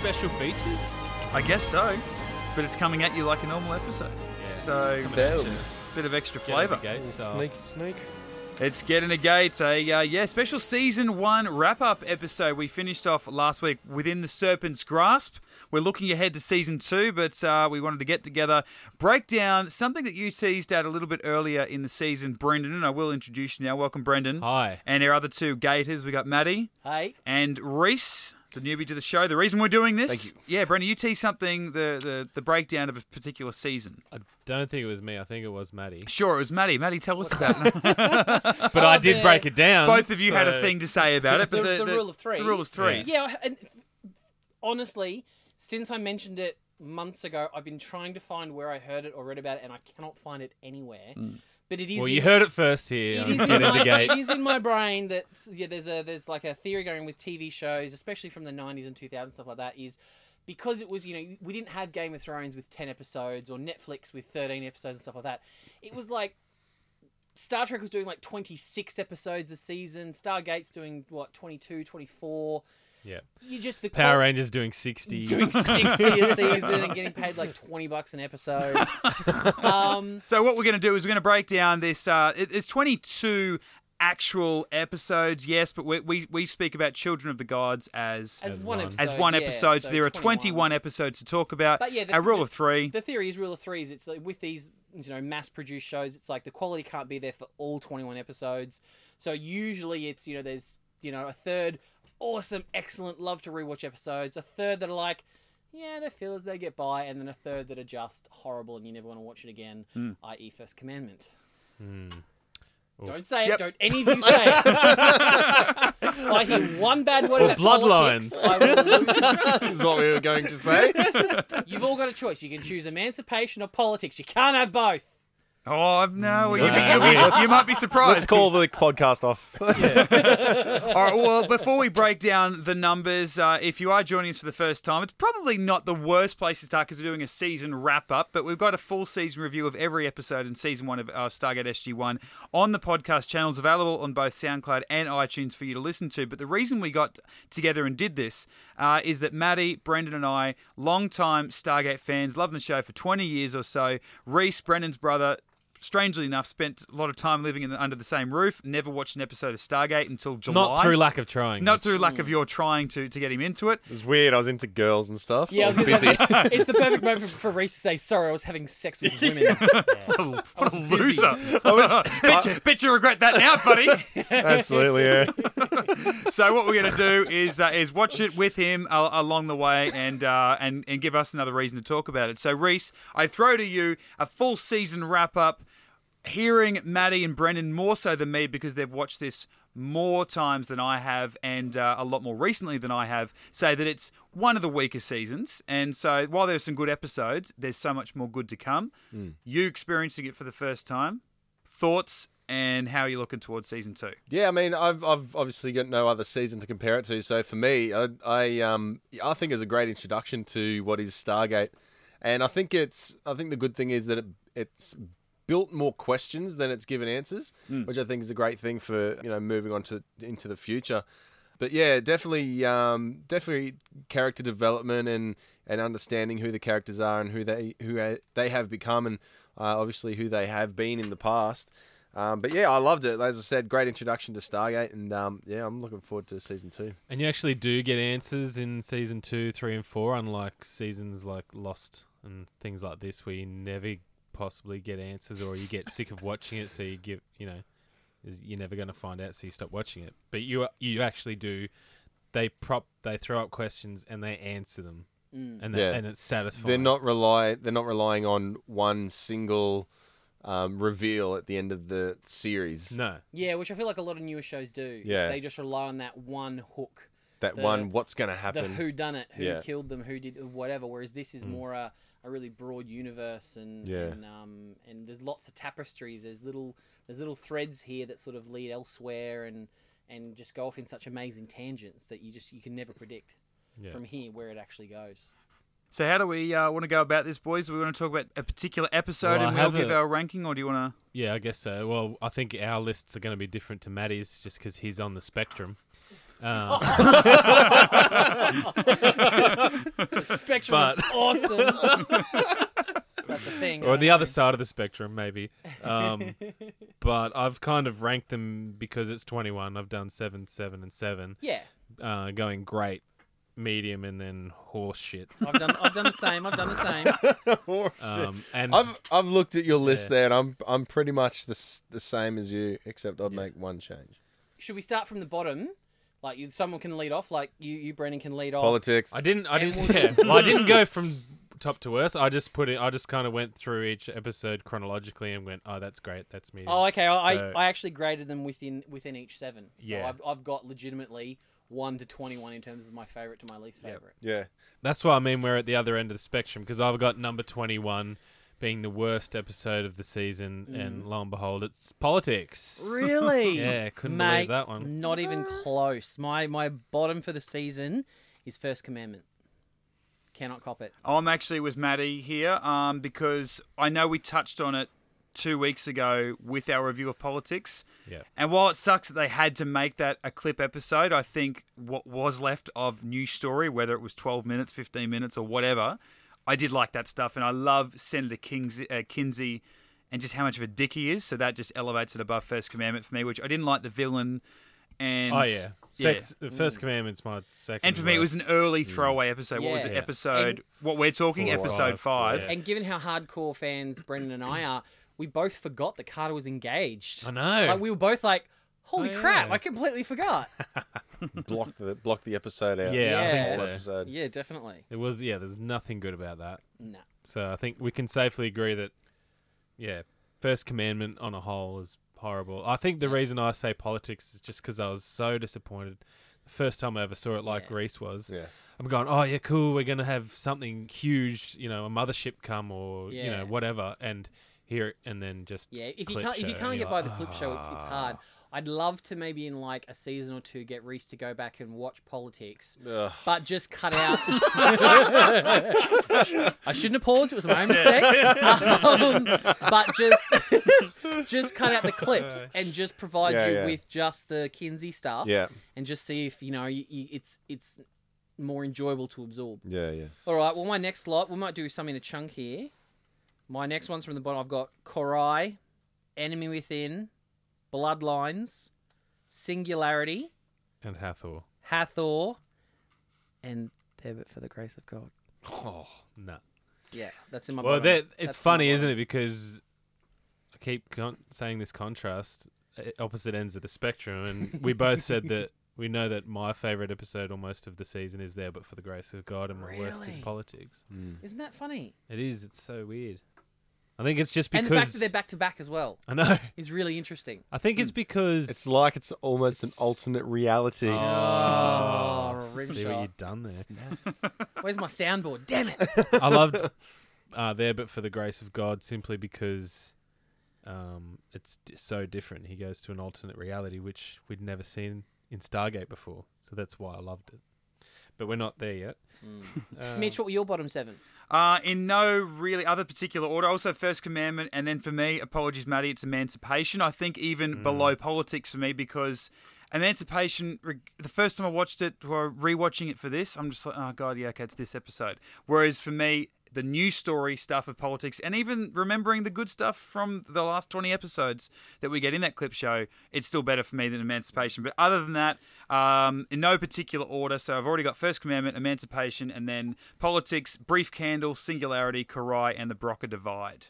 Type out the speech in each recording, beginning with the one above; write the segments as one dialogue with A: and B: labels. A: special features?
B: I guess so. But it's coming at you like a normal episode. So,
A: Coming
B: a
A: at
C: Boom.
A: you.
B: bit of extra
A: Get out
B: flavour.
A: of the gate, so-
C: Sneak, sneak.
B: It's getting a gate. A uh, yeah, special season one wrap up episode. We finished off last week within the serpent's grasp. We're looking ahead to season two, but uh, we wanted to get together, break down something that you teased out a little bit earlier in the season, Brendan. And I will introduce you now. Welcome, Brendan.
A: Hi.
B: And our other two gators, we got Maddie
D: Hey.
B: and Reese, the newbie to the show. The reason we're doing this,
C: Thank
B: yeah, Brendan, you teased something the, the the breakdown of a particular season.
A: I don't think it was me. I think it was Maddie.
B: Sure, it was Maddie. Maddie, tell us about it.
A: But I did
D: there.
A: break it down.
B: Both of you had a
A: so-
B: thing to say about it,
D: The,
B: but the,
D: the rule of three.
B: The rule of three.
D: Yeah, I- and honestly, since I mentioned it months ago, I've been trying to find where I heard it or read about it, and I cannot find it anywhere. But it is.
A: Well,
D: in-
A: you heard it first here.
D: It
A: on
D: is,
A: Get
D: in
A: in the
D: my,
A: gate.
D: it is in my brain that yeah, there's a there's like a theory going with TV shows, especially from the '90s and 2000s stuff like that, is because it was you know we didn't have Game of Thrones with 10 episodes or Netflix with 13 episodes and stuff like that. It was like Star Trek was doing like 26 episodes a season. Stargate's doing what 22, 24.
A: Yeah.
D: You just the
A: Power
D: qual-
A: Rangers doing 60.
D: doing 60 a season and getting paid like 20 bucks an episode. um,
B: So what we're going to do is we're going to break down this. Uh, it- it's 22 actual episodes, yes, but we, we we speak about Children of the Gods as
D: as,
A: As
D: one
A: one.
D: episode.
B: as one
D: yeah,
B: episode.
D: so
B: so there are 21 episodes to talk about.
D: But yeah, the-
B: a rule
D: the-
B: of three.
D: The theory is rule of threes. It's like with these, you know, mass-produced shows, it's like the quality can't be there for all 21 episodes. So usually it's, you know, there's, you know, a third awesome, excellent, love to rewatch episodes, a third that are like, yeah, they're fillers, they get by, and then a third that are just horrible and you never want to watch it again,
B: Hmm.
D: i.e. First Commandment.
A: Hmm.
D: Don't say it.
B: Yep.
D: Don't any of you say it. I hear one bad word
A: Or
D: about politics,
A: Bloodlines.
D: I will lose it.
C: Is what we were going to say.
D: You've all got a choice. You can choose emancipation or politics. You can't have both.
B: Oh no, you,
A: Yeah.
B: you- you-
C: Let's-
B: you might be surprised.
C: Let's call the podcast off.
B: All right, well, before we break down the numbers, uh, if you are joining us for the first time, it's probably not the worst place to start because we're doing a season wrap up, but we've got a full season review of every episode in season one of uh, Stargate SG1 on the podcast channels available on both SoundCloud and iTunes for you to listen to. But the reason we got together and did this uh, is that Maddie, Brendan, and I, long-time Stargate fans, loving the show for 20 years or so, Reese, Brendan's brother, strangely enough, spent a lot of time living in the, under the same roof. Never watched an episode of Stargate until July.
A: Not through lack of trying.
B: Not through lack of your trying to, to get him into it.
C: It was weird. I was into girls and stuff.
D: Yeah,
C: I
D: I
C: was
D: was
C: busy.
D: It's the perfect moment for Reese to say, "Sorry, I was having sex with women."
B: What a, what a loser.
C: I was,
B: Bet you, bet you regret that now, buddy.
C: absolutely, yeah.
B: so what we're going to do is uh, is watch it with him uh, along the way and uh, and and give us another reason to talk about it. So Reese, I throw to you a full season wrap up. Hearing Maddie and Brendan more so than me because they've watched this more times than I have, and uh, a lot more recently than I have, say that it's one of the weaker seasons. And so, while there's some good episodes, there's so much more good to come. You experiencing it for the first time, thoughts, and how are you looking towards season two?
C: Yeah, I mean, I've, I've obviously got no other season to compare it to. So for me, I, I um I think it's a great introduction to what is Stargate, and I think it's I think the good thing is that it it's built more questions than it's given answers,
D: Hmm.
C: which I think is a great thing for you know moving on to into the future. But yeah, definitely, um, definitely character development and, and understanding who the characters are and who they who uh, they have become and uh, obviously who they have been in the past. Um, but yeah, I loved it. As I said, great introduction to Stargate, and um, yeah, I'm looking forward to season two.
A: And you actually do get answers in season two, three, and four, unlike seasons like Lost and things like this, where you never possibly get answers, or you get sick of watching it, so you give, you know, you're never going to find out, so you stop watching it. But you you actually do. They prop, they throw up questions, and they answer them, and they,
C: Yeah.
A: and it's satisfying.
C: They're not rely they're not relying on one single um, reveal at the end of the series.
A: no.
D: yeah, which I feel like a lot of newer shows do. is
C: Yeah.
D: they just rely on that one hook,
C: that
D: the-
C: one. What's going to
D: the
C: happen?
D: who done it, who
C: Yeah. Mm.
D: killed them, who did whatever. Whereas this is more a, a really broad universe, and
C: Yeah.
D: and, um, and there's lots of tapestries. There's little there's little threads here that sort of lead elsewhere, and and just go off in such amazing tangents that you just you can never predict
A: Yeah.
D: from here where it actually goes.
B: So how do we uh, want to go about this, boys? Do we want to talk about a particular episode
A: Well,
B: and
A: I
B: we'll
A: have
B: give
A: a-
B: our ranking, or do you want to?
A: Yeah, I guess so. Well, I think our lists are going to be different to Maddie's just because he's on the spectrum. Um,
D: Spectrum of awesome. That's the thing.
A: or
D: I
A: the
D: don't
A: other
D: know.
A: side of the spectrum, maybe. Um, but I've kind of ranked them because it's 21. I've done 7, 7, and 7,
D: Yeah,
A: uh, going great, medium, and then horse shit.
D: I've done. I've done the same. I've done the same.
C: Horseshit.
A: Um, and
C: I've I've looked at your list
A: Yeah.
C: there, and I'm I'm pretty much the s- the same as you, except I'd make one change.
D: Should we start from the bottom? Like you, someone can lead off. Like you, you Brendan can
C: Oh,
D: lead off.
C: Politics.
A: I didn't. I
D: And
A: didn't.
D: we'll
A: yeah.
D: just-
A: well, I didn't go from top to worst. I just put it. I just kind of went through each episode chronologically and went, "Oh, that's great. That's me."
D: Oh, okay. I,
A: So-
D: I, I actually graded them within within each seven. So
A: Yeah.
D: I've, I've got legitimately one to twenty one in terms of my favorite to my least favorite.
C: yeah.
A: That's what I mean. We're at the other end of the spectrum because I've got number twenty-one being the worst episode of the season,
D: Mm.
A: and lo and behold, it's politics.
D: Really? Ah.
A: Yeah, couldn't
D: Mate,
A: believe that one.
D: Not even close. My my bottom for the season is First Commandment. Cannot cop it.
B: Oh, I'm actually with Maddie here um, because I know we touched on it two weeks ago with our review of politics.
A: Yeah.
B: And while it sucks that they had to make that a clip episode, I think what was left of News Story, whether it was 12 minutes, 15 minutes, or whatever, I did like that stuff. And I love Senator Kings- uh, Kinsey and just how much of a dick he is. So that just elevates it above First Commandment for me, which I didn't like the villain. And
A: Oh yeah. Sex, The first commandment's my second.
B: And for me, it was an early throwaway episode. What was
D: Yeah.
B: it?
D: Yeah.
B: Episode,
D: And-
B: what we're talking,
A: Four or five,
B: episode five.
A: yeah.
D: And given how hardcore fans Brendan and I are, we both forgot that Carter was engaged.
A: I know.
D: Like we were both like, "Holy
A: Oh,
D: crap!
A: yeah.
D: I completely forgot."
C: Block the block the episode out.
A: Yeah,
D: Yeah.
A: I
C: Whole
A: think so.
C: episode.
D: yeah, definitely.
A: It was. Yeah, there's nothing good about that.
D: Nah.
A: So I think we can safely agree that, yeah, first commandment on a whole is horrible. I think the reason I say politics is just because I was so disappointed. The first time I ever saw it, like
D: Yeah.
A: Reese was,
C: Yeah.
A: I'm going, oh yeah, cool. We're gonna have something huge, you know, a mothership come or you
D: Yeah.
A: know whatever, and hear it, and then just
D: Yeah, if you
A: clip
D: can't if
A: show,
D: you can't
A: and
D: get
A: you're
D: by
A: like, "Ah."
D: the clip show, it's it's hard. I'd love to maybe in like a season or two get Reese to go back and watch politics,
C: Ugh.
D: but just cut out. I shouldn't have paused; it was my own mistake. Um, but just just cut out the clips and just provide
C: Yeah,
D: you
C: yeah.
D: with just the Kinsey stuff,
C: Yeah.
D: and just see if you know you, you, it's it's more enjoyable to absorb.
C: Yeah. Yeah.
D: All right. Well, my next lot, we might do something to chunk here. My next one's from the bottom. I've got Korai, Enemy Within, Bloodlines, Singularity,
A: And Hathor,
D: Hathor, and there but for the grace of God.
A: oh no.
D: Yeah, that's in my.
A: Well,
D: bottom.
A: that
D: That's
A: it's
D: in my
A: funny,
D: bottom.
A: isn't it? Because I keep con- saying this contrast, uh, opposite ends of the spectrum, and we both said that we know that my favorite episode almost of the season is there, but for the grace of God, and my worst is
D: Really? Hmm.
A: politics.
D: Isn't that funny?
A: It is. It's so weird. I think it's just
D: And
A: because
D: the fact that they're back Hmm. to back as well
A: I know.
D: is really interesting.
A: I think it's because
C: It's like it's almost an alternate reality.
A: Oh,
D: Oh, rim
A: see
D: shot.
A: what you've done there.
D: Where's my soundboard? Damn it!
A: I loved uh, there, but for the grace of God, simply because um, it's d- so different. He goes to an alternate reality, which we'd never seen in Stargate before. So that's why I loved it. But we're not there yet.
D: Hmm.
A: Um,
D: Mitch, what were your bottom seven?
B: Uh, in no really other particular order. Also, First Commandment, and then for me, apologies, Maddie, it's Emancipation. I think even below politics for me because Emancipation, re- the first time I watched it or rewatching it for this, I'm just like, oh god, yeah, okay, it's this episode. Whereas for me, the news story stuff of politics, and even remembering the good stuff from the last 20 episodes that we get in that clip show, it's still better for me than Emancipation. But other than that, um, in no particular order. So I've already got First Commandment, Emancipation, and then Politics, Brief Candle, Singularity, Karai, and the Broca Divide.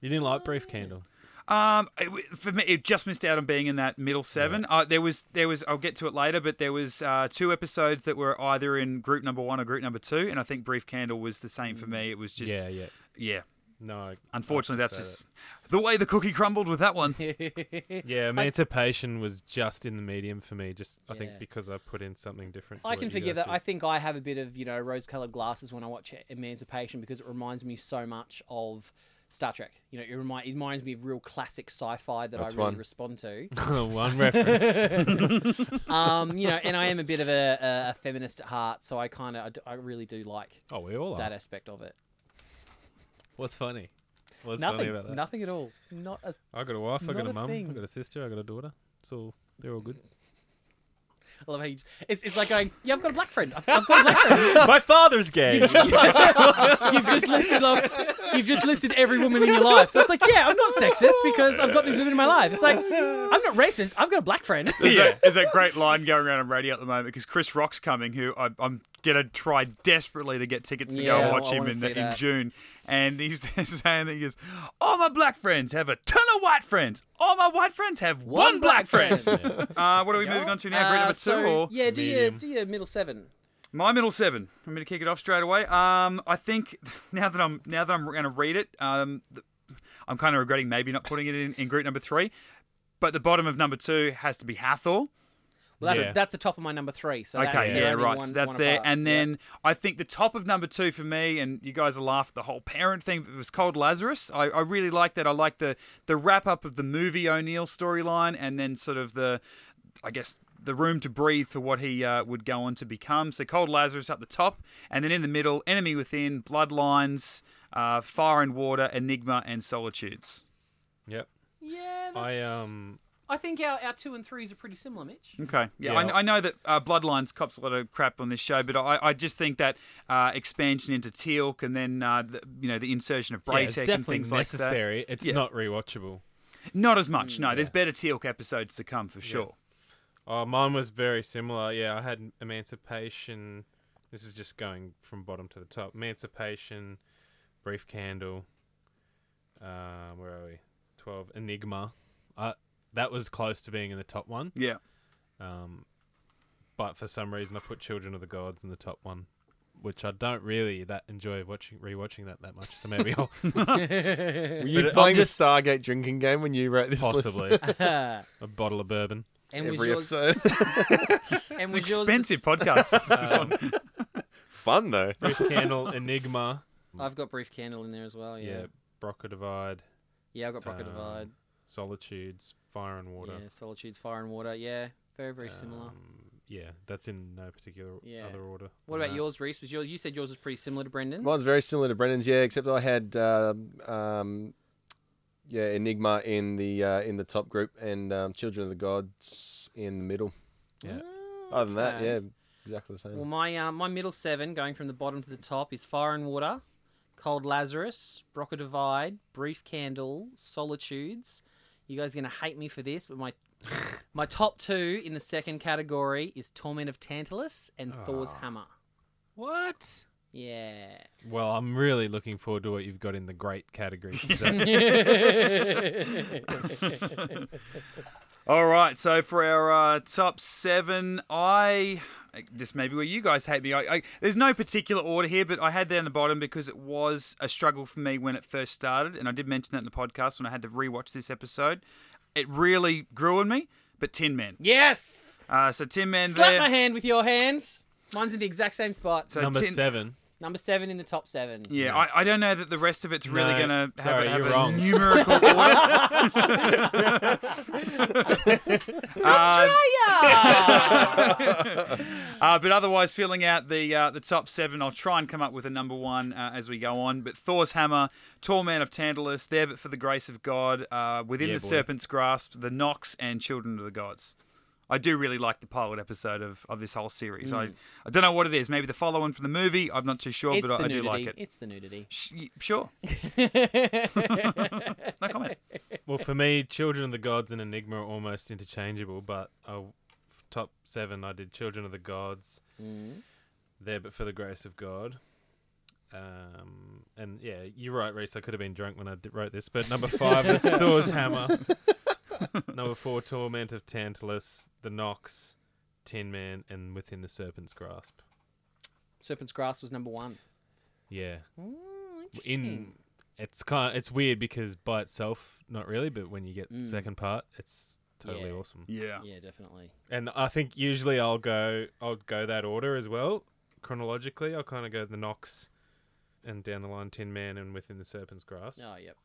A: you didn't like Brief Candle.
B: Um, it, w- for me, it just missed out on being in that middle seven. Uh, there was, there was. I'll get to it later, but there was uh, two episodes that were either in group number one or group number two, and I think Brief Candle was the same
D: Mm.
B: for me. It was just,
A: yeah, yeah.
B: yeah.
A: No, I-
B: Unfortunately,
A: I'd
B: that's
A: say
B: just the way the cookie crumbled with that one.
A: that. yeah. Emancipation was just in the medium for me. Just I
D: Yeah.
A: think because I put in something different. to
D: I
A: what
D: can
A: you
D: forgive
A: guys
D: that.
A: did.
D: I think I have a bit of you know rose-colored glasses when I watch E- Emancipation because it reminds me so much of Star Trek. You know, it, remind, it reminds me of real classic sci-fi that
C: That's
D: I really
C: one.
D: respond to.
A: one reference.
D: Um, you know, and I am a bit of a, a, a feminist at heart, so I kind of I, d- I really do like
A: Oh, we all are.
D: that aspect of it.
A: What's funny? What's funny
D: nothing,
A: about that?
D: nothing at all. Not a.
A: I got a wife. I
D: not
A: got a mum. I
D: thing.
A: got a sister. I got a daughter. It's all they're all good.
D: I love how you just, it's, it's like going, yeah, I've got a black friend. I've, I've got a black friend.
E: My father's gay.
D: You've just listed like, you've just listed every woman in your life. So it's like, yeah, I'm not sexist because I've got these women in my life. It's like, I'm not racist. I've got a black friend.
B: There's, that, there's that great line going around on radio at the moment because Chris Rock's coming, who I, I'm gonna try desperately to get tickets to go
D: Yeah,
B: and watch
D: I
B: him
D: wanna
B: in,
D: see
B: in
D: that.
B: June, and he's saying that he goes, "All my black friends have a ton of white friends. All my white friends have one, black friend." uh, what are we moving on to now? Grade
D: Uh,
B: number two,
D: so,
B: or
D: yeah, do your,
A: medium?
D: do your middle seven.
B: my middle seven. I'm going to kick it off straight away. Um, I think now that I'm now that I'm going to read it, um, th- I'm kind of regretting maybe not putting it in, in group number three. But the bottom of number two has to be Hathor.
D: Well, that's,
A: Yeah.
D: that's the top of my number three. So
B: Okay,
D: that's the
B: yeah,
D: only
B: right.
D: one-
B: so that's
D: one
B: there.
D: above.
B: And
D: Yeah.
B: then I think the top of number two for me, and you guys will laugh, the whole parent thing it was Cold Lazarus. I, I really like that. I like the, the wrap up of the movie O'Neill storyline and then sort of the, I guess, the room to breathe for what he uh, would go on to become. So Cold Lazarus up the top, and then in the middle, Enemy Within, Bloodlines, uh, Fire and Water, Enigma, and Solitudes.
A: Yep.
D: yeah, that's,
A: I um.
D: I think our, our two and threes are pretty similar, Mitch.
B: Okay. Yeah,
A: Yeah.
B: I, I know that uh, Bloodlines cops a lot of crap on this show, but I, I just think that uh, expansion into Teal'c and then uh, the, you know the insertion of
A: Yeah,
B: Braytech
A: it's
B: and
A: definitely
B: things like
A: necessary. Mm, It's
B: Yeah.
A: not rewatchable.
B: that. Not as much. no, there's better Teal'c episodes to come for sure.
A: Oh, mine was very similar. Yeah, I had Emancipation. This is just going from bottom to the top. Emancipation, Brief Candle. Uh, where are we? Twelve Enigma. Uh, that was close to being in the top one.
B: Yeah.
A: Um, but for some reason, I put Children of the Gods in the top one, which I don't really that enjoy watching rewatching that that much. So maybe I'll
C: Were you
A: But, uh,
C: playing
A: I'm just-
C: the Stargate drinking game when you wrote this list?
A: possibly
D: and
A: a bottle of bourbon.
D: was
C: Every
D: yours,
C: episode.
D: and was
B: It's
D: yours
B: an
D: the
B: expensive podcast.
C: Fun though.
A: Brief Um, Candle, Enigma.
D: I've got Brief Candle in there as well.
A: Yeah,
D: Oh, Yeah.
A: Brocker Divide.
D: Yeah, I've got Brocket
A: Um,
D: Divide.
A: Solitudes, Fire and Water.
D: Yeah, Solitude's Fire and Water. Yeah, very, very similar.
A: Um, yeah, that's in no particular
D: Yeah.
A: other order. Uh,
D: What
A: than
D: about
A: that.
D: yours, Reese? Was yours? You said yours was pretty similar to Brendan's.
C: Mine's very similar to Brennan's, yeah, except I had um um, yeah Enigma in the uh, in the top group and um, Children of the Gods in the middle.
A: Yeah.
D: Uh,
C: Other than that,
D: Okay.
C: yeah, exactly the same.
D: Well, my uh, my middle seven, going from the bottom to the top, is Fire and Water, Cold Lazarus, Brocker Divide, Brief Candle, Solitudes. You guys are gonna hate me for this, but my my top two in the second category is Torment of Tantalus and
B: Ah.
D: Thor's Hammer.
A: What?
D: Yeah.
A: Well, I'm really looking forward to what you've got in the great category. So,
B: All right, so for our uh, top seven, I this may be where you guys hate me. I, I, there's no particular order here, but I had down the bottom because it was a struggle for me when it first started, and I did mention that in the podcast when I had to rewatch this episode. It really grew on me, but Tin Man.
D: Yes.
B: Uh, so Tin Man
D: Slap
B: there.
D: my hand with your hands. Mine's in the exact same spot.
B: so
A: number
B: Tin-
A: seven.
D: Number seven in the top seven.
B: Yeah, I, I don't know that the rest of it's really
A: No,
B: gonna have,
A: sorry,
B: a, have
A: you're
B: a
A: wrong.
B: numerical order. Uh, Uh, but otherwise, filling out the uh, the top seven, I'll try and come up with a number one uh, as we go on. But Thor's hammer, tall man of Tantalus, there but for the grace of God, uh, within
A: Yeah,
B: the
A: boy.
B: serpent's grasp, the Nox, and children of the gods. I do really like the pilot episode of, of this whole series. I, I don't know what it is. Maybe the follow on from the movie. I'm not too sure,
D: It's
B: but I,
D: the
B: I do
D: nudity.
B: like it.
D: It's the nudity.
B: Sh- y- sure. no comment.
A: Well, for me, Children of the Gods and Enigma are almost interchangeable, but I, f- top seven, I did Children of the Gods,
D: Mm.
A: there but for the grace of God. Um, and yeah, you're right, Reese. I could have been drunk when I d- wrote this, but number five is Thor's Hammer. number four, Torment of Tantalus, The Nox, Tin Man, and Within the Serpent's Grasp.
D: Serpent's Grasp was number one.
A: Yeah, in
D: interesting.
A: it's kind it's weird because by itself, not really, but when you get the second part, it's totally
D: Mm. Yeah.
A: awesome.
B: Yeah.
D: Yeah, definitely.
A: and I think usually I'll go I'll go that order as well chronologically. I'll kind of go the Knox, and down the line Tin Man, and within the Serpent's Grasp.
D: Oh, yep.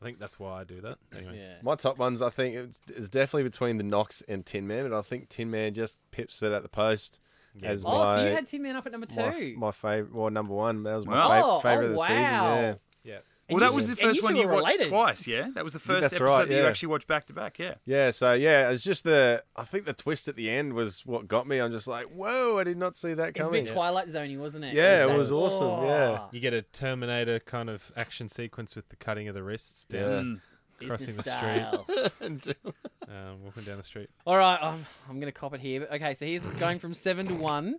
A: I think that's why I do that. Anyway,
D: Yeah.
C: My top ones, I think, it's, it's definitely between the Knox and Tin Man, but I think Tin Man just pips it at the post
A: Yeah.
C: as
D: Oh,
C: my
D: so you had Tin Man up at number two.
C: my, my favorite, well, number one. That was my
B: Well-
C: fa-
D: Oh,
C: favorite of
D: oh,
C: the season.
D: wow.
C: Yeah,
B: Well, that
D: you
B: was
D: two-
B: the
D: and
B: first
D: you
B: one
D: two
B: you
D: are
B: watched
D: related.
B: twice, yeah? That was the first
C: that's
B: episode
C: right,
B: that you
C: yeah.
B: actually watched back to back, yeah.
C: Yeah, so yeah, it's just the I think the twist at the end was what got me. I'm just like, whoa, I did not see that
D: It's a
C: coming.
D: bit Twilight Zoney, wasn't it?
C: Yeah, it
D: that- Oh,
C: was awesome, yeah.
A: You get a Terminator kind of action sequence with the cutting of the wrists down, crossing
D: Business
A: the
D: style. Mm.
A: um, walking down the street.
D: All right, I'm, I'm going to cop it here. But okay, so here's going from seven to one.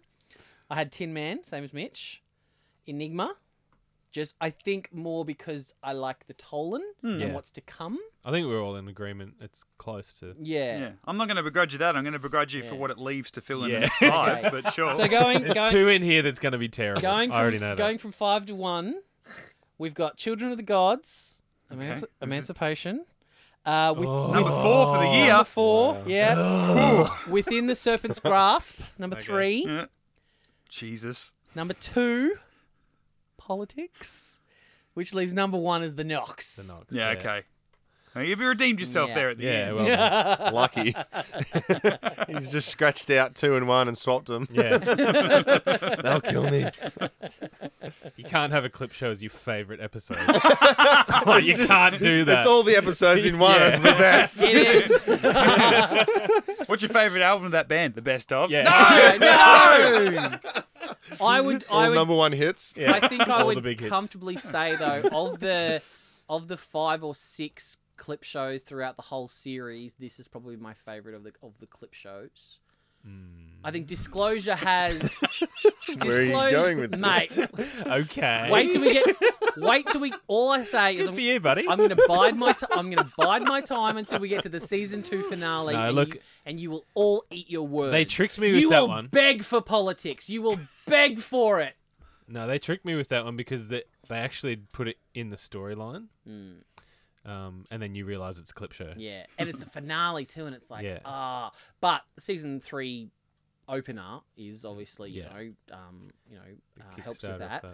D: I had Tin Man, same as Mitch. Enigma, just I think more because I like the Tolan and
A: Yeah.
D: what's to come.
A: I think we're all in agreement. It's close to.
D: Yeah.
B: Yeah. I'm not going to begrudge you that. I'm going to begrudge you
D: Yeah.
B: for what it leaves to fill in
A: Yeah.
B: the next five,
D: Okay.
B: but sure.
D: So going
A: There's
D: going,
A: two in here that's going to be terrible.
D: going
A: I already
D: from
A: know that.
D: going from five to one, we've got Children of the Gods, Emanci-
B: This is-
D: Emancipation. Uh, with,
A: Oh.
B: Number four for the year.
D: Number four, yeah. Within the Serpent's Grasp, number three.
B: Yeah. Jesus.
D: Number two, politics, which leaves number one as the Knox.
A: The Knox,
B: Yeah, okay. Now, you've redeemed yourself
D: Yeah.
B: there at the
A: Yeah,
B: end.
A: well, done.
C: uh, Lucky. He's just scratched out two and one and swapped them.
A: yeah.
C: They'll kill me.
A: You can't have a clip show as your favorite episode. Like, you can't do that.
C: It's all the episodes in one.
A: Yeah.
C: That's the best.
D: It is.
B: What's your favourite album of that band? The best of?
A: Yeah.
D: no. I would. I
C: All
D: would.
C: number one hits.
A: Yeah.
D: I think I
A: All the
D: would
A: big hits.
D: comfortably say though of the of the five or six clip shows throughout the whole series, this is probably my favorite of the of the clip shows. I think Disclosure has.
C: Where are you
D: Disclosure-
C: going with this?
D: mate?
A: Okay.
D: Wait till we get. Wait till we. All I say is
A: Good
D: I'm-
A: for you, buddy.
D: I'm gonna bide my ti I'm gonna bide my time until we get to the season two finale.
A: No,
D: and
A: look-
D: you, and you will all eat your words.
A: They tricked me with
D: you
A: that
D: will
A: one.
D: beg for politics. You will beg for it.
A: No, they tricked me with that one because they, they actually put it in the storyline. Um, and then you realize it's a clip show.
D: Hmm. Yeah, and it's the finale too, and it's like
A: Yeah.
D: ah. But the season three opener is obviously you
A: Yeah.
D: know um, you know uh,
A: Kickstarter
D: helps
A: off
D: with that.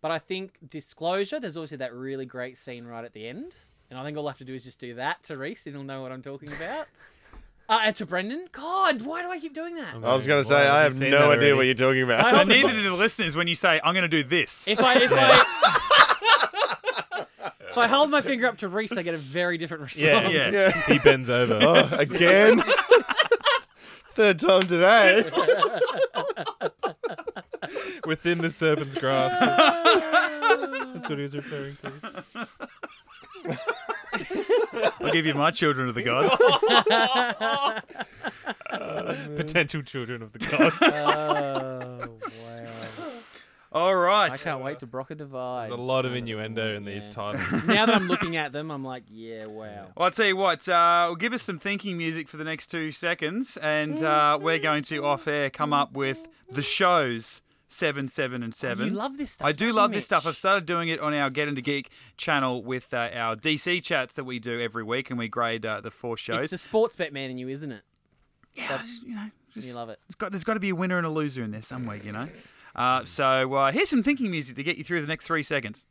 D: But I think disclosure. There's obviously that really great scene right at the end, and I think all I have to do is just do that to Reese, and he'll know what I'm talking about. Uh, and to Brendan, God, why do I keep doing that?
C: I was going
A: Well,
C: to say, I
A: you've
C: have
A: seen
C: no
A: that already.
C: idea what you're talking
D: I
C: about.
B: But
D: hope
B: neither do the listeners when you say, I'm going to do this.
D: If I if I if I hold my finger up to Reese, I get a very different
A: Yeah,
D: response.
A: yeah.
B: yeah.
C: Yeah.
A: He bends over.
C: Oh, again? Third time today.
A: Within the serpent's grasp. That's what he was referring to.
B: I'll give you my Children of the Gods.
A: Potential children of the gods.
D: Oh wow!
B: All right.
D: I can't wait to Brock a divide.
A: There's a lot of innuendo in these
D: Yeah.
A: titles.
D: Now that I'm looking at them, I'm like, yeah, wow.
B: Well, I'll tell you what, uh, we'll give us some thinking music for the next two seconds, and uh, we're going to off air come up with the shows seven, seven, and seven.
D: Oh, You love this stuff.
B: I do
D: don't
B: love
D: you,
B: this stuff. I've
D: Mitch?
B: started doing it on our Get Into Geek channel with uh, our DC chats that we do every week, and we grade uh, the four shows.
D: It's the sports bet man in you, isn't it?
B: yeah, just, you know, just-
D: You love it.
B: it's got, there's got to be a winner and a loser in there somewhere, you know. Uh, so uh, here's some thinking music to get you through the next three seconds.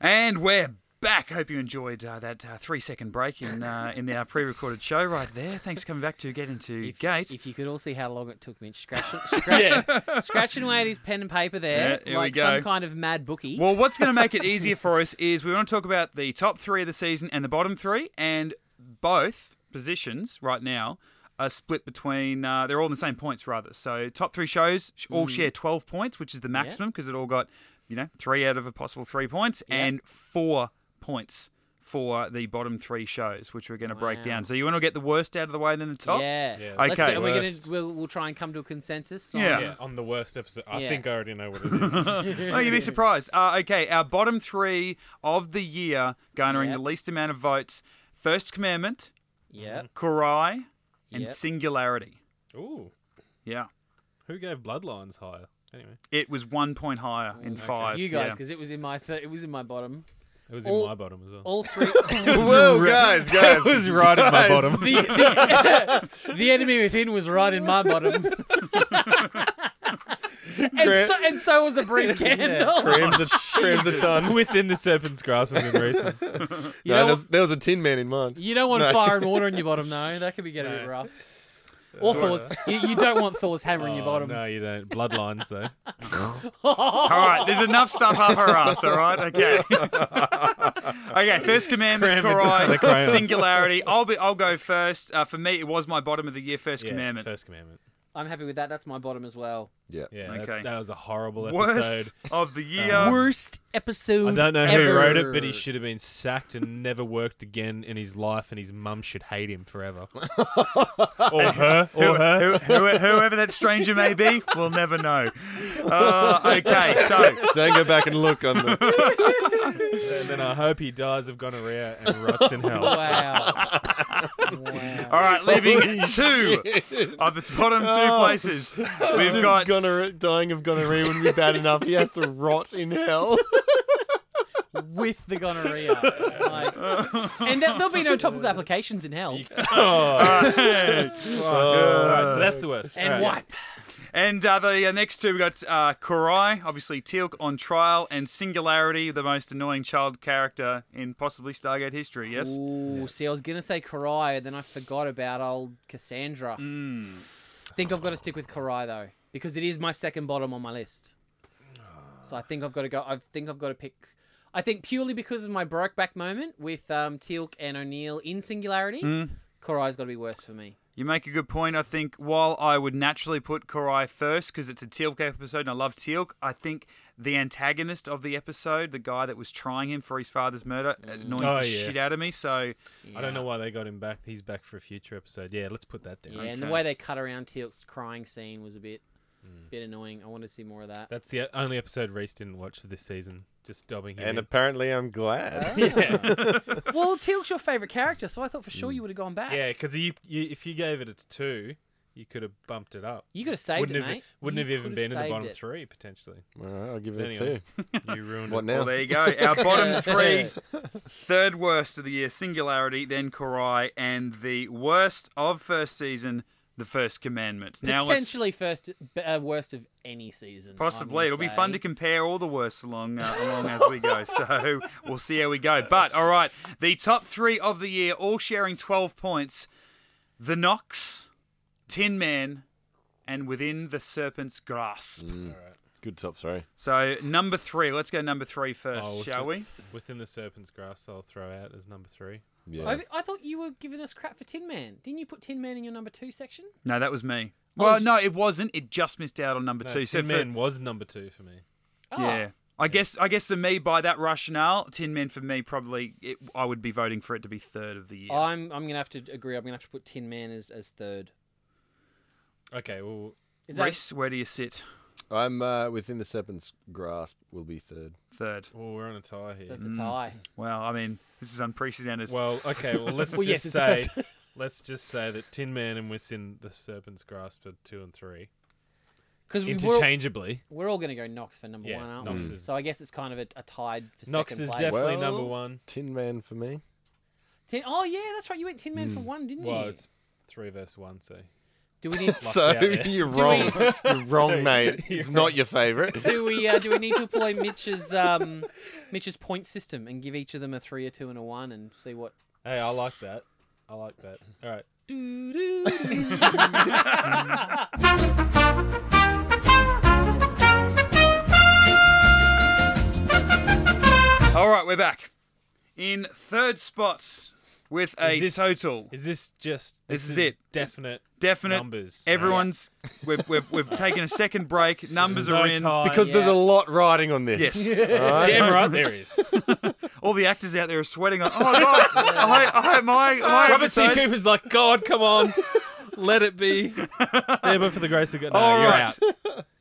B: And we're back. Hope you enjoyed uh, that uh, three second break in uh, in our pre recorded show right there. Thanks for coming back to Get Into
D: If,
B: Gate.
D: if you could all see how long it took me to scratch, scratch, scratching away at his pen and paper there,
B: Yeah, here we
D: like
B: go.
D: some kind of mad bookie.
B: Well, what's going to make it easier for us is we want to talk about the top three of the season and the bottom three, and both positions right now are split between. Uh, they're all in the same points rather. So top three shows sh-
D: Mm.
B: all share twelve points, which is the maximum because it all got you know three out of a possible three points and four points. For the bottom three shows, which we're going to break
D: Wow.
B: down. So you want to get the worst out of the way, then the top.
D: Yeah.
A: Yeah.
D: Let's
B: Okay.
D: see, and we're gonna
A: Worst.
D: we'll, we'll try and come to a consensus. on-
B: Yeah.
A: Yeah, on the worst episode. I
D: Yeah.
A: think I already know what it is.
B: Oh, you'd be surprised. Uh, okay, our bottom three of the year, garnering
D: Yep.
B: the least amount of votes: First Commandment,
D: Yep.
B: Karai, and
D: Yep.
B: Singularity.
A: Ooh.
B: Yeah.
A: Who gave Bloodlines higher? Anyway,
B: It was one point higher in five.
D: You guys,
B: yeah.
D: because it was in my th- it was in my bottom.
A: it was
D: All-
A: in my bottom as well.
D: All three.
C: Whoa, guys, guys.
A: it was right at my
C: Guys.
A: bottom.
D: the, the, the enemy within was right in my bottom. and,
C: Grant-
D: so, and so was a brief candle.
C: Grams a, grams a ton.
A: Within the serpent's grasp was in Reese's.
D: You,
C: No,
D: don't
C: there,
D: want,
C: was, there was a tin man in mine.
D: you don't want
C: no.
D: fire and water in your bottom, no. That could be getting a bit
A: No.
D: rough. Or Thor's. You, you don't want Thor's hammer in your
A: Oh,
D: bottom.
A: no, you don't. Bloodlines though.
B: All right, there's enough stuff up her ass. All right, okay. okay, first commandment,
A: Cram it between the
B: Korai,
A: crayons.
B: singularity. I'll be. I'll go first. Uh, for me, it was my bottom of the year first
A: Yeah,
B: commandment.
A: First commandment.
D: I'm happy with that. That's my bottom as well.
C: Yeah.
A: Yeah.
B: Okay.
A: That, that was a horrible
B: Worst
A: episode.
B: of the year.
D: Um, Worst episode.
A: I don't know who
D: ever.
A: wrote it, but he should have been sacked and never worked again in his life, and his mum should hate him forever. or her.
B: Who-
A: Or her.
B: who- who- whoever that stranger may be, we'll never know. Uh, okay, so
C: Don't go back and look on the.
A: And then I hope he dies of gonorrhea and rots in hell.
D: Wow. wow.
B: all right, leaving
C: Holy
B: two
C: shit.
B: of the bottom two
C: Oh.
B: places. We've
C: As if
B: got
C: gonorrhea, dying of gonorrhea wouldn't be bad enough. He has to rot in hell.
D: With the gonorrhea. Like, and that, there'll be no topical applications in hell.
A: Oh. All right, so that's the worst.
D: And
A: All right.
D: wipe.
B: And uh, the uh, next two, we got uh, Korai, obviously Teal'c on trial, and Singularity, the most annoying child character in possibly Stargate history. Yes.
D: Ooh, see, I was gonna say Karai, and then I forgot about old Cassandra. I think I've got to stick with Karai though, because it is my second bottom on my list. So I think I've got to go. I think I've got to pick. I think purely because of my Brokeback moment with um, Teal'c and O'Neill in Singularity, Korai's got to be worse for me.
B: You make a good point. I think while I would naturally put Korai first because it's a Teal'c episode and I love Teal'c, I think the antagonist of the episode, the guy that was trying him for his father's murder, annoys
A: Oh,
B: the
A: yeah.
B: shit out of me. So
A: I don't know why they got him back. He's back for a future episode. Yeah, let's put that down.
D: Yeah, and the
B: Okay.
D: way they cut around Teal'c's crying scene was a bit, bit annoying. I want to see more of that.
A: That's the only episode Reese didn't watch for this season. Just dobbing him. in.
C: And apparently, I'm glad.
D: well, Teal'c's your favorite character, so I thought for sure you would have gone back.
A: yeah, because you, you, if you gave it a two, you could have bumped it up.
D: You could have saved
A: wouldn't
D: it,
A: have, e,
D: mate.
A: Wouldn't
D: You
A: have even
D: could've
A: been in the
D: saved
A: bottom
D: it.
A: three potentially.
C: Well, I'll give it
A: Anyway.
C: a
A: You ruined
C: two. What
A: it.
C: now?
B: well, there you go. Our bottom three, third worst of the year, Singularity, then Korai, and the worst of first season, The First Commandment. Now let's
D: Potentially first, b- uh, worst of any season.
B: Possibly. It'll be fun to compare all the worst along uh, along as we go. So we'll see how we go. But all right, the top three of the year, all sharing twelve points: the Knox, Tin Man, and Within the Serpent's Grasp.
C: Good top three.
B: So number three. Let's go number three first,
A: Oh,
B: shall we?
A: within- Within the serpent's grasp, I'll throw out as number three.
C: Yeah.
D: I, I thought you were giving us crap for Tin Man. Didn't you put Tin Man in your number two section?
B: No, that was me. Well, no, it wasn't. It just missed out on number
A: No,
B: two.
A: Tin
B: so for-
A: Man was number two for me.
D: Oh,
B: yeah. I guess I guess for me by that rationale, Tin Man for me probably it, I would be voting for it to be third of the year.
D: I'm I'm gonna have to agree. I'm gonna have to put Tin Man as, as third.
A: Okay, well,
D: Is that
B: Reese, where do you sit?
C: I'm uh, within the serpent's grasp. Will be third.
B: Third.
A: well we're on a tie here.
D: that's a tie?
B: Well, I mean, this is unprecedented.
A: Well, okay, well let's
D: Well, yes,
A: just
D: it's
A: say
D: the
A: let's just say that Tin Man and Within the Serpent's Grasp are two and three.
D: Because we were
A: Interchangeably.
D: we're all gonna go Knox for number
A: Yeah,
D: one, aren't
A: Knox
D: we?
A: is-
D: So I guess it's kind of a, a tied for
A: Knox
D: second
A: is
D: place.
A: definitely
C: Well-
A: number one.
C: Tin Man for me.
D: Tin, oh yeah, that's right. You went Tin Man for one, didn't
A: Well,
D: you?
A: it's three versus one, so
D: Do we need
A: Locked
C: so
A: out there.
C: you're
D: Do
C: wrong. You're wrong, mate. It's not your favourite.
D: do we uh, do we need to employ Mitch's um, Mitch's point system and give each of them a three, a two, and a one, and see what?
A: Hey, I like that. I like that. All right.
B: All right, we're back. In third spot with a
A: Is this-
B: total
A: Is this just
B: This is it.
A: Definite
B: definite
A: numbers.
B: Everyone's we've, we've, we've taken a second break. Numbers
A: No
B: are in.
A: tie.
C: Because
D: Yeah.
C: there's a lot riding on this.
B: Yes.
A: Yeah, damn right there is.
B: All the actors out there are sweating like, oh god, I, hope- I hope my, my
A: Robert C.
B: episode-
A: Cooper's like, God, come on. Let it be. there, but for the grace of God. No,
B: All
A: you're
B: right.
A: out.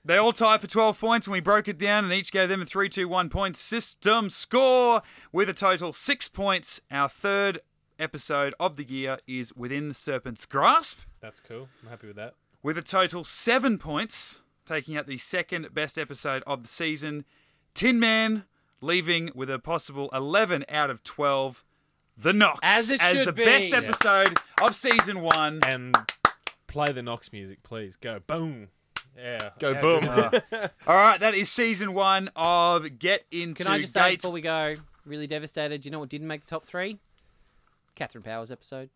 B: They all tied for 12 points, and we broke it down and each gave them a 3 2 1 point system score with a total six points. Our third episode of the year is Within the Serpent's Grasp.
A: That's cool. I'm happy with that.
B: with a total seven points, taking out the second best episode of the season. Tin Man leaving with a possible 11 out of 12. The Knox
D: As it
B: as
D: should
B: the
D: be.
B: best
D: Yeah.
B: episode of season one.
A: And play the Knox music, please. Go boom. Yeah.
C: Go
A: How good
C: boom.
A: is that?
B: All right, that is season one of Get Into
D: Can I just say
B: Gate.
D: before we go, really devastated. Do you know what didn't make the top three? Catherine Powers episode.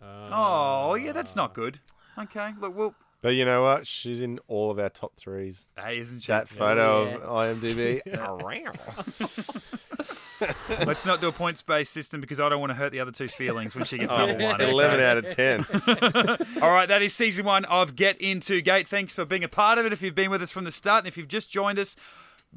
A: Uh,
B: oh, yeah, Oh, that's not good. Okay. Look, well,
C: But you know what? She's in all of our top threes.
B: hey, isn't she?
C: That photo
D: Yeah.
C: of IMDb.
B: Let's not do a points based system because I don't want to hurt the other two's feelings when she gets number one. okay?
C: 11 Oh, out of 10.
B: All right, that is season one of Get Into Gate. Thanks for being a part of it. If you've been with us from the start and if you've just joined us,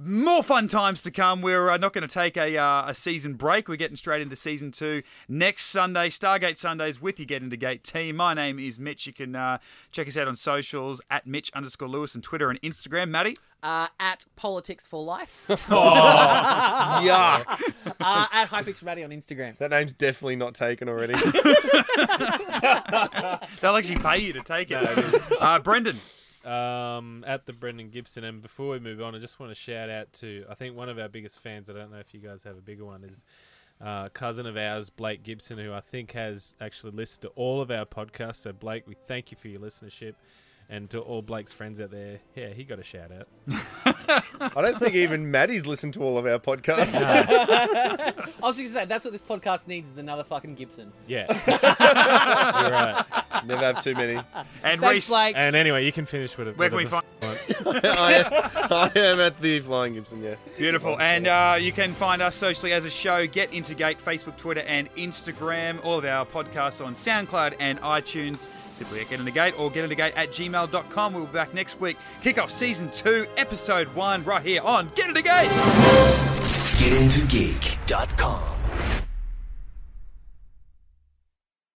B: more fun times to come. We're uh, not going to take a, uh, a season break. We're getting straight into season two next Sunday, Stargate Sundays with your Get Into Gate team. My name is Mitch. You can uh, check us out on socials at Mitch underscore Lewis on Twitter and Instagram. Maddie?
D: Uh, at Politics for Life.
C: Yuck.
D: uh, at Hypix Maddie on Instagram.
C: That name's definitely not taken already.
B: They'll actually pay you to take it. uh, Brendan?
A: Um, at the Brendan Gibson. And before we move on, I just want to shout out to I think one of our biggest fans. I don't know if you guys have a bigger one. Is uh, a cousin of ours, Blake Gibson, who I think has actually listened to all of our podcasts. So Blake, we thank you for your listenership. And to all Blake's friends out there, yeah, he got a shout out.
C: I don't think even Maddie's listened to all of our podcasts.
D: I was just going to say, that's what this podcast needs is another fucking Gibson.
A: Yeah, you're right.
C: Never have too many.
B: And
D: Thanks,
B: Reese?
D: Blake.
A: And anyway, you can finish with it.
B: Where can we find-
C: I am, I am at the Flying Gibson, yes.
B: Beautiful. And uh, you can find us socially as a show. Get Into Gate, Facebook, Twitter, and Instagram. All of our podcasts on SoundCloud and iTunes. Simply at Get Into Gate or getinthegate at gmail.com. We'll be back next week. Kick off season two, episode one, right here on Get Into Gate.
E: GetIntoGeek.com.